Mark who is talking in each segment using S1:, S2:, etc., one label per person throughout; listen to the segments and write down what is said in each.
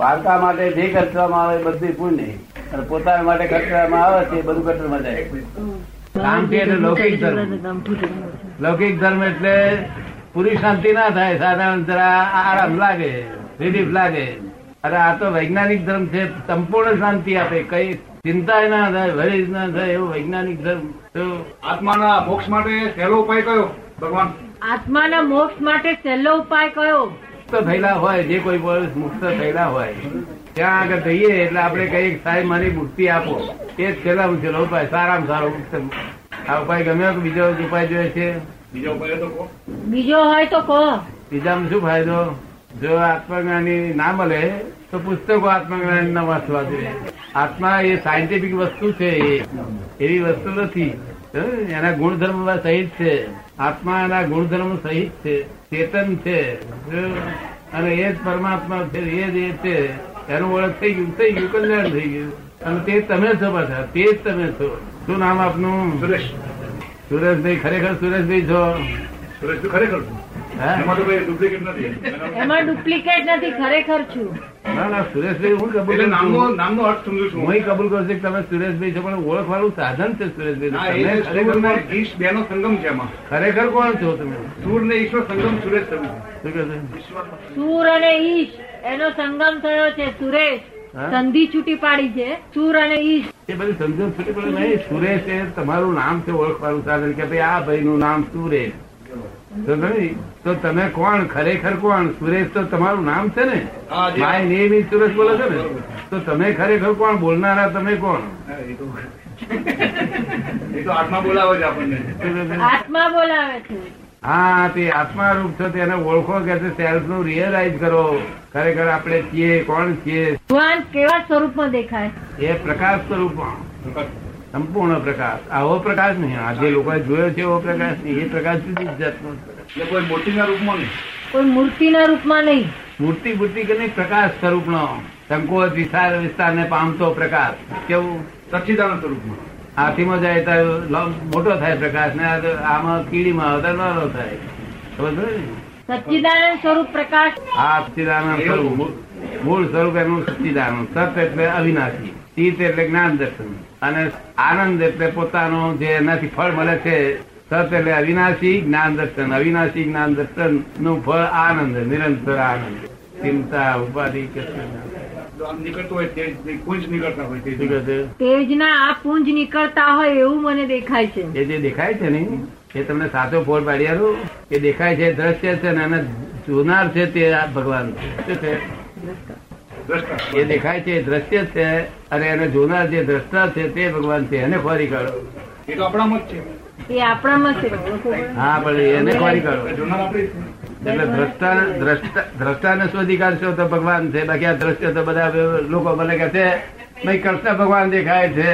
S1: બાળકા માટે જે ખર્ચવામાં આવે એ બધું પુણ્ય અને પોતાના માટે ખર્ચવામાં આવે છે એ બધું કચરામાં જાય કામ છે એટલે લૌકિક ધર્મ લૌકિક ધર્મ એટલે પૂરી શાંતિ ના થાય સાધારણ જરા આરામ લાગે રિલીફ લાગે અરે આ તો વૈજ્ઞાનિક ધર્મ છે સંપૂર્ણ શાંતિ આપે કઈ ચિંતા ના થાય ભય ના થાય એવો વૈજ્ઞાનિક ધર્મ તો
S2: આત્માના મોક્ષ માટે પહેલો ઉપાય કયો ભગવાન
S3: આત્માના મોક્ષ માટે સહેલો ઉપાય કયો
S1: મુક્ત થયેલા હોય જે કોઈ માણસ મુક્ત થયેલા હોય ત્યાં આગળ જઈએ એટલે આપણે કહીએ કે સાહેબ મારી મુક્તિ આપો એ જ છેલ્લામાં છેલ્લો ઉપાય સારામાં સારો મુક્ત આ ઉપાય ગમ્યો કે બીજો ઉપાય જોઈએ છે
S2: બીજો ઉપાય તો કહો
S3: બીજો હોય તો કહો
S1: બીજામાં શું ફાયદો જો આત્મજ્ઞાની ના મળે તો પુસ્તકો આત્મજ્ઞાની ના વાંચવા જોઈએ આત્મા એ સાયન્ટિફિક વસ્તુ છે એ એવી વસ્તુ નથી હમ? એના ગુણધર્મ સહિત છે આત્માના ગુણધર્મ સહિત છે ચેતન છે જો? અને એ જ પરમાત્મા છે એ જ એ છે એનું ઓળખ થઈ ગયું થઈ ગયું કલ્યાણ થઈ ગયું અને તે તમે છો પાછા તે જ તમે છો શું નામ આપનું
S2: સુરેશ
S1: સુરેશભાઈ ખરેખર સુરેશભાઈ છો
S2: સુરેશ તું ખરેખર છું.
S1: હા
S2: એમાં તો કોઈ ડુપ્લિકેટ નથી
S3: એમાં ડુપ્લિકેટ નથી ખરેખર છું
S1: ના ના સુરેશભાઈ હું કબૂલ
S2: એટલે
S1: કરું
S2: નામનો
S1: છું.
S2: નામનો અર્થ સમજુ
S1: હું એ
S2: છું
S1: કબૂલ કરું છું કે તમે સુરેશભાઈ છો પણ ઓળખવાનું સાધન છે
S2: ના,
S1: સુરેશભાઈ
S2: એ
S1: તમે ખરેખર
S2: સૂર ને
S1: કોણ-
S2: ઈશ બેનો સંગમ છે એમાં
S1: ખરેખર કોણ છો તમે
S2: સૂર ને ઈશ્વર સંગમ સુરેશ સંગમ
S1: શું કહે છે?
S3: સૂર અને ઈશ એનો સંગમ થયો છે સુરેશ
S1: હા?
S3: સંધિ છૂટી પાડી છે સૂર અને ઈશ
S1: એ બધી સમજણ છૂટી પડે નહીં સુરેશ એ તમારું નામ છે ઓળખવાનું સાધન કે ભાઈ આ ભાઈનું નામ સુરેશ તો નહીં, તો તમે કોણ ખરેખર કોણ સુરેશ તો તમારું નામ છે ને
S2: હા, જી.
S1: માય નેમ ઇઝ સુરેશ બોલે છે ને તો તમે ખરેખર કોણ બોલનારા તમે કોણ
S2: હા, એ તો એ તો આત્મા બોલાવે છે આપણને
S1: શું કહે છે?
S3: આત્મા બોલાવે છે
S1: હા તે આત્મારૂપ છો તેને ઓળખો કે છે સેલ્ફ નું રિયલાઇઝ કરો ખરેખર આપણે છીએ કોણ છીએ
S3: ભગવાન કેવા સ્વરૂપમાં દેખાય
S1: એ પ્રકાશ સ્વરૂપમાં સંપૂર્ણ પ્રકાશ આવો પ્રકાશ નહીં આ જે લોકોએ જોયો છે એવો પ્રકાશ નહીં એ પ્રકાશ જુદી જ જાતનો છે.
S2: એટલે કોઈ મોટીના રૂપમાં નહીં
S3: કોઈ મૂર્તિના રૂપમાં નહીં
S1: મૂર્તિ મૂર્તિ કે નહીં પ્રકાશ સ્વરૂપનો સંકોચ વિસ્તાર વિસ્તારને પામતો પ્રકાશ કેવું
S2: સચ્ચિદાનંદ સ્વરૂપમાં
S1: હાથીમાં જાય તો લો- મોટો થાય પ્રકાશ ને આ તો આમાં કીડીમાં આવતા નાનો થાય ખબર પડી ને?
S3: સચ્ચિદાનંદ સ્વરૂપ પ્રકાશ
S1: આ સચ્ચિદાનંદ સ્વરૂપ મૂળ સ્વરૂપ એનું સચ્ચિદાનંદ સત એટલે અવિનાશી ચિત એટલે જ્ઞાન દર્શન અને આનંદ એટલે પોતાનો જે એનાથી ફળ મળે છે સત એટલે અવિનાશી જ્ઞાન દર્શન અવિનાશી જ્ઞાન દર્શન નું ફળ આનંદ નિરંતર આનંદ ચિંતા ઉપાધિ કશું ના.
S2: જો આમ નીકળતો હોય તે તે કોઈ જ નીકળતા હોય તે
S1: શું કહે છે?
S3: તેજના આ પુંજ નીકળતા હોય એવું મને દેખાય છે
S1: એ જે દેખાય છે ને એ તમને સાચો ફોડ પાડ્યાનું એ દેખાય છે દ્રશ્ય છે ને એને જોનાર છે તે આ ભગવાન છે શું છે
S2: દ્રષ્ટા
S1: એ દેખાય છે એ દ્રશ્ય છે અને એને જોનાર જે દ્રષ્ટા છે તે ભગવાન છે એને ખોરી કાઢો
S2: એ તો આપણામાં જ
S3: એ આપણામાં છે ઓળખો પણ.
S1: હા પણ એને ખોરી કાઢો
S2: છે જોનાર આપણે જ છે.
S1: એટલે દ્રષ્ટા દ્રષ્ટા દ્રષ્ટાને શોધી કાઢશો તો ભગવાન છે બાકી આ દ્રશ્ય તો બધા લોકો મને કહે છે ભાઈ કૃષ્ણ ભગવાન દેખાય છે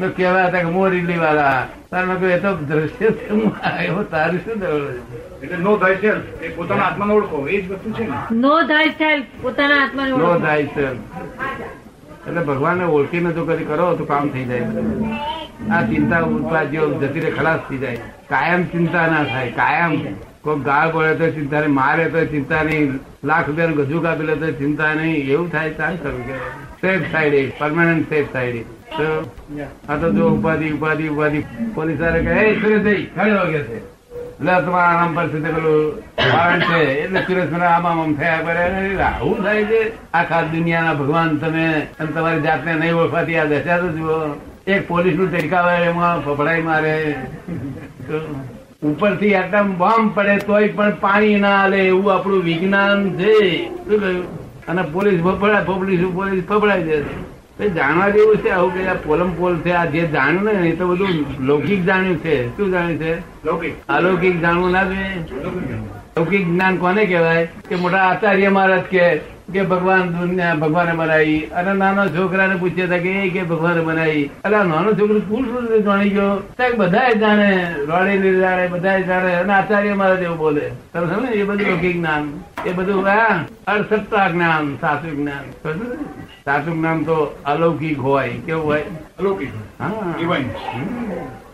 S1: તો કેવા હતા કે મોરીલી વાળા તારે મેં કહ્યું, એ તો દ્રશ્ય છે હું આવ્યો તારું શું જરૂર છે?
S2: એટલે નો થાય છે એ પોતાના આત્માને ઓળખો એ જ વસ્તુ છે ને
S3: નો થાય સેલ્ફ પોતાના આત્માને
S1: નો
S3: ઓળખો.
S1: થાય છે એટલે ભગવાનને ઓળખીને જો કદી કરો તો કામ થઈ જાય આ ચિંતા ઉપાધિઓ જતી રહે ખલાસ થઈ જાય કાયમ ચિંતા ના થાય કાયમ કોઈ ગાળ બોલે તો ચિંતા નહીં મારે તો ચિંતા નહીં લાખ રૂપિયાનું ગજુ કાપી લે તો ચિંતા નહીં એવું થાય તારે કરવું કે safe side permanent safe side તો આ તો જો ઉપાધિ ઉપાધિ ઉપાધિ પોલીસ વાળા કહે "એ સુરેશભાઈ ખડે વાગે છે લે તમારા આમ પર છે તે પેલું વાહન છે એટલે સુરેશ મને આમ આમ આમ થયા કરે અરે આવું થાય છે આખા દુનિયાના ભગવાન તમે અને તમારી જાતને નહીં ઓળખાતી આ દશા તો જુઓ એક પોલીસ નું ટેકાવે એમાં ફફડાઈ મારે તો ઉપરથી આટમ બોમ્બ પડે તોય પણ પાણી ના હાલે એવું આપણું વિજ્ઞાન છે શું કહ્યું અને પોલીસ ફફડા પોલીસ પોલીસ ફફડાઈ જશે એ જાણવા જેવું છે આવું કે આ પોલમ પોલ છે આ જે જાણ્યું ને એ તો બધું લૌકિક જાણ્યું છે શું જાણ્યું છે
S2: લૌકિક
S1: અલૌકિક જાણવું ના જોઈએ લૌકિક જ્ઞાન કોને કહેવાય કે મોટા આચાર્ય મહારાજ કે કે ભગવાન દુનિયા ભગવાને બનાવી અને નાના છોકરાને પૂછ્યા હતા કે એ કે ભગવાને બનાવી અલા નાનો છોકરો કુલ શું રીતે જાણી ગયો ત્યાં બધા જાણે રોડે જાણે બધા જાણે અને આચાર્ય મહારાજ એવું બોલે તમે સમજો ને? એ બધું લૌકિક જ્ઞાન એ બધું હા અર્થસત્તા જ્ઞાન સાચું જ્ઞાન સમજો ને? સાચું જ્ઞાન તો અલૌકિક હોય કેવું હોય
S2: અલૌકિક
S1: હા
S2: ડિવાઇન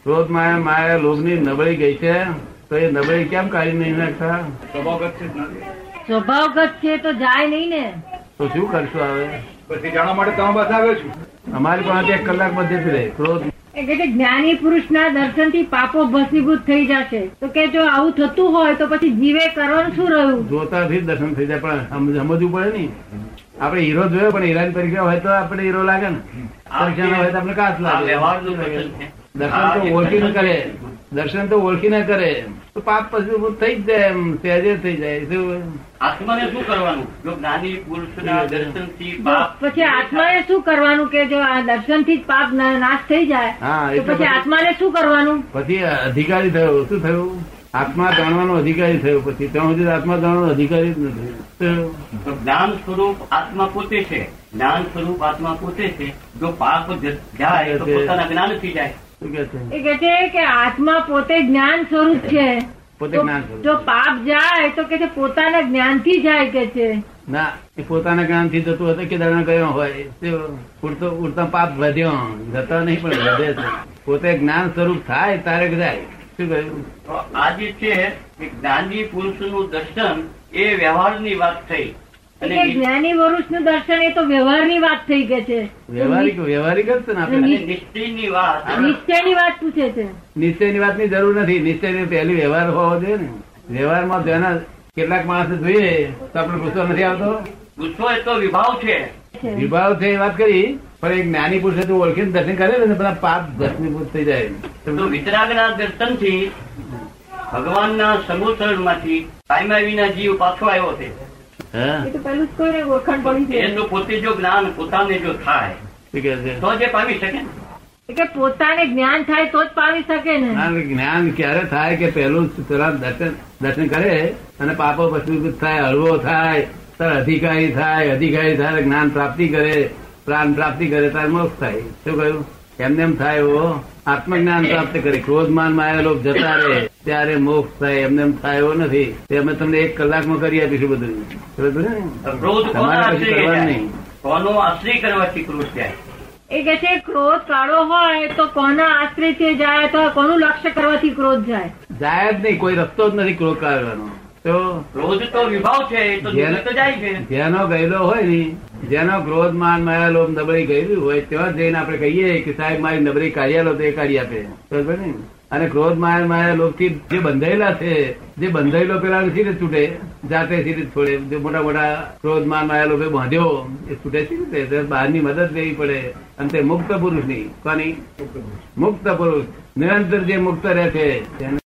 S1: ક્રોધ માયા માયા લોભની નબળી ગઈ છે તો એ નબળી કેમ કાઢી નહીં નાખતા
S2: સ્વભાવગત છે જ ના.
S3: સ્વભાવગત છે તો જાય નહીં ને
S1: તો શું કરશું હવે
S2: પછી જાણવા માટે તમે પાસે આવ્યો છું
S1: અમારી પાસે એક કલાક બધેથી રહે ક્રોધ
S3: એ કહે છે જ્ઞાની પુરુષના દર્શનથી પાપો ભસ્મીભૂત થઈ જશે તો કે જો આવું થતું હોય તો પછી જીવે કરવાનું શું રહ્યું
S1: જોતા થી જ દર્શન થઈ જાય પણ સમ- સમજવું પડે ને આપણે હીરો જોયો પણ હીરાની પરીક્ષા હોય તો આપણે હીરો લાગે ને પરીક્ષા ના હોય તો આપણે કાચ
S4: આ
S1: લાગે
S4: વ્યવહારનું વચન છે.
S1: દર્શન તો ઓળખી ન કરે દર્શન તો ઓળખી ન કરે તો પાપ પછી થઈ જ જાય એમ સહેજે થઈ જાય શું
S4: આત્માને શું કરવાનું જો જ્ઞાની પુરુષના દર્શનથી પાપ
S3: પછી આત્માએ શું કરવાનું કે જો આ દર્શનથી જ પાપ ના- નાશ થઈ જાય
S1: હા,
S3: તો
S1: એટલે
S3: પછી
S1: બધું-
S3: આત્માને શું કરવાનું
S1: પછી અધિકારી થયો શું થયું આત્મા જાણવાનો અધિકારી થયો પછી ત્યાં સુધી આત્મા જાણવાનો અધિકારી જ નથી તો
S4: તો જ્ઞાન સ્વરૂપ આત્મા પોતે છે જ્ઞાન સ્વરૂપ આત્મા પોતે છે જો પાપ જ- જાય તો પોતાના જ્ઞાનથી જાય
S1: શું કે છે
S3: એ કહે છે કે આત્મા પોતે જ્ઞાન સ્વરૂપ છે
S1: પોતે
S3: તો-
S1: જ્ઞાન સ્વરૂપ.
S3: જો પાપ જાય તો કે છે પોતાના જ્ઞાનથી જાય કે છે
S1: ના એ પોતાના જ્ઞાનથી જતું હતું કે દાણા ગયો હોય તો ઉડતો ઉડતા પાપ વધ્યો જતો નહીં પણ વધે છે પોતે જ્ઞાન સ્વરૂપ થાય તારે જાય શું કહ્યું
S4: તો આ જે છે એ જ્ઞાની પુરુષનું દર્શન એ વ્યવહારની વાત થઈ
S3: એ
S4: અને
S3: કે
S4: નિ-
S3: જ્ઞાની વરુષનું દર્શન એ તો વ્યવહારની વાત થઈ કે છે
S1: વ્યવહારિક વ્યવહારિક જ છે ને
S4: અને
S1: આપણે
S4: નિશ્ચયની વાત
S3: નિશ્ચયની વાત પૂછે છે
S1: નિશ્ચયની વાતની જરૂર નથી નિશ્ચયની પહેલી વ્યવહાર હોવો જોઈએ ને વ્યવહારમાં જેના કેટલાક માણસ જોઈએ તો આપણે ગુસ્સો નથી આવતો
S4: ગુસ્સો એ તો વિભાવ છે
S3: છે.
S1: વિભાવ છે એ વાત કરી પણ એક જ્ઞાની પુરુષે તું ઓળખીને દર્શન કરે ને બધા પાપ ભસ્મીભૂત થઈ
S4: તો
S1: જાય
S4: વિતરાગના દર્શનથી ભગવાનના સમુદ્રમાંથી કાયમા વિના જીવ પાછો આવ્યો છે
S1: હા
S3: એ તો પેલું જ કોઈને ઓળખાણ પડી
S4: એ તો
S3: છે
S4: પોતે જો જ્ઞાન પોતાને જો થાય
S1: શું કહે છે
S4: તો જે પામી શકે ને.
S3: એ કે પોતાને જ્ઞાન થાય તો જ પામી શકે ને
S1: જ્ઞાન- જ્ઞાન ક્યારે થાય કે પહેલું તરત દર્શન દર્શન કરે અને પાપો ભસ્મીભૂત થાય હળવો થાય તાર અધિકારી થાય અધિકારી થાય જ્ઞાન પ્રાપ્તિ કરે પ્રાણ પ્રાપ્તિ કરે તાર મોક્ષ થાય શું કહ્યું એમને એમ થાય એવો આત્મજ્ઞાન પ્રાપ્ત કરે ક્રોધમાન માયા લોક જતા રહે ત્યારે મોક્ષ થાય એમને એમ થાય એવો નથી તે અમે તમને એક કલાકમાં કરી આપીશું બધું સમજ પડી ને?
S4: ક્રોધ કોના
S1: તમારે પછી
S4: આશ્રય
S1: કરવાનું
S4: જાય?
S1: નહીં.
S4: કોનો આશ્રય કરવાથી ક્રોધ જાય
S3: એ કે છે ક્રોધ કાળો હોય તો કોના આશ્રય તે જાય તો કોનું લક્ષ્ય કરવાથી ક્રોધ જાય
S1: જાય જ નહીં કોઈ રસ્તો જ નથી ક્રોધ કાઢવાનો તો
S4: ક્રોધ તો વિભાવ છે એ તો
S1: જેને-
S4: દૂર તો જાય છે
S1: જેનો ગયેલો હોય ને જેનો ક્રોધ માન માયા લોભ નબળી ગયેલું હોય તેવા જઈને આપણે કહીએ કે સાહેબ મારી નબળી કાઢી લો તો એ કાઢી આપે બરોબર ને અને ક્રોધ માયા માયા લોભ થી જે બંધાયેલા છે જે બંધાયેલો પેલા સીધે છૂટે જાતે સીધે છોડે જે મોટા મોટા ક્રોધ માન માયા લોભે બાંધ્યો એ છૂટે સી રીતે ત્યારે બહારની મદદ લેવી પડે અને તે મુક્ત પુરુષની કોની મુક્ત પુરુષ નિરંતર જે મુક્ત રહે છે તેને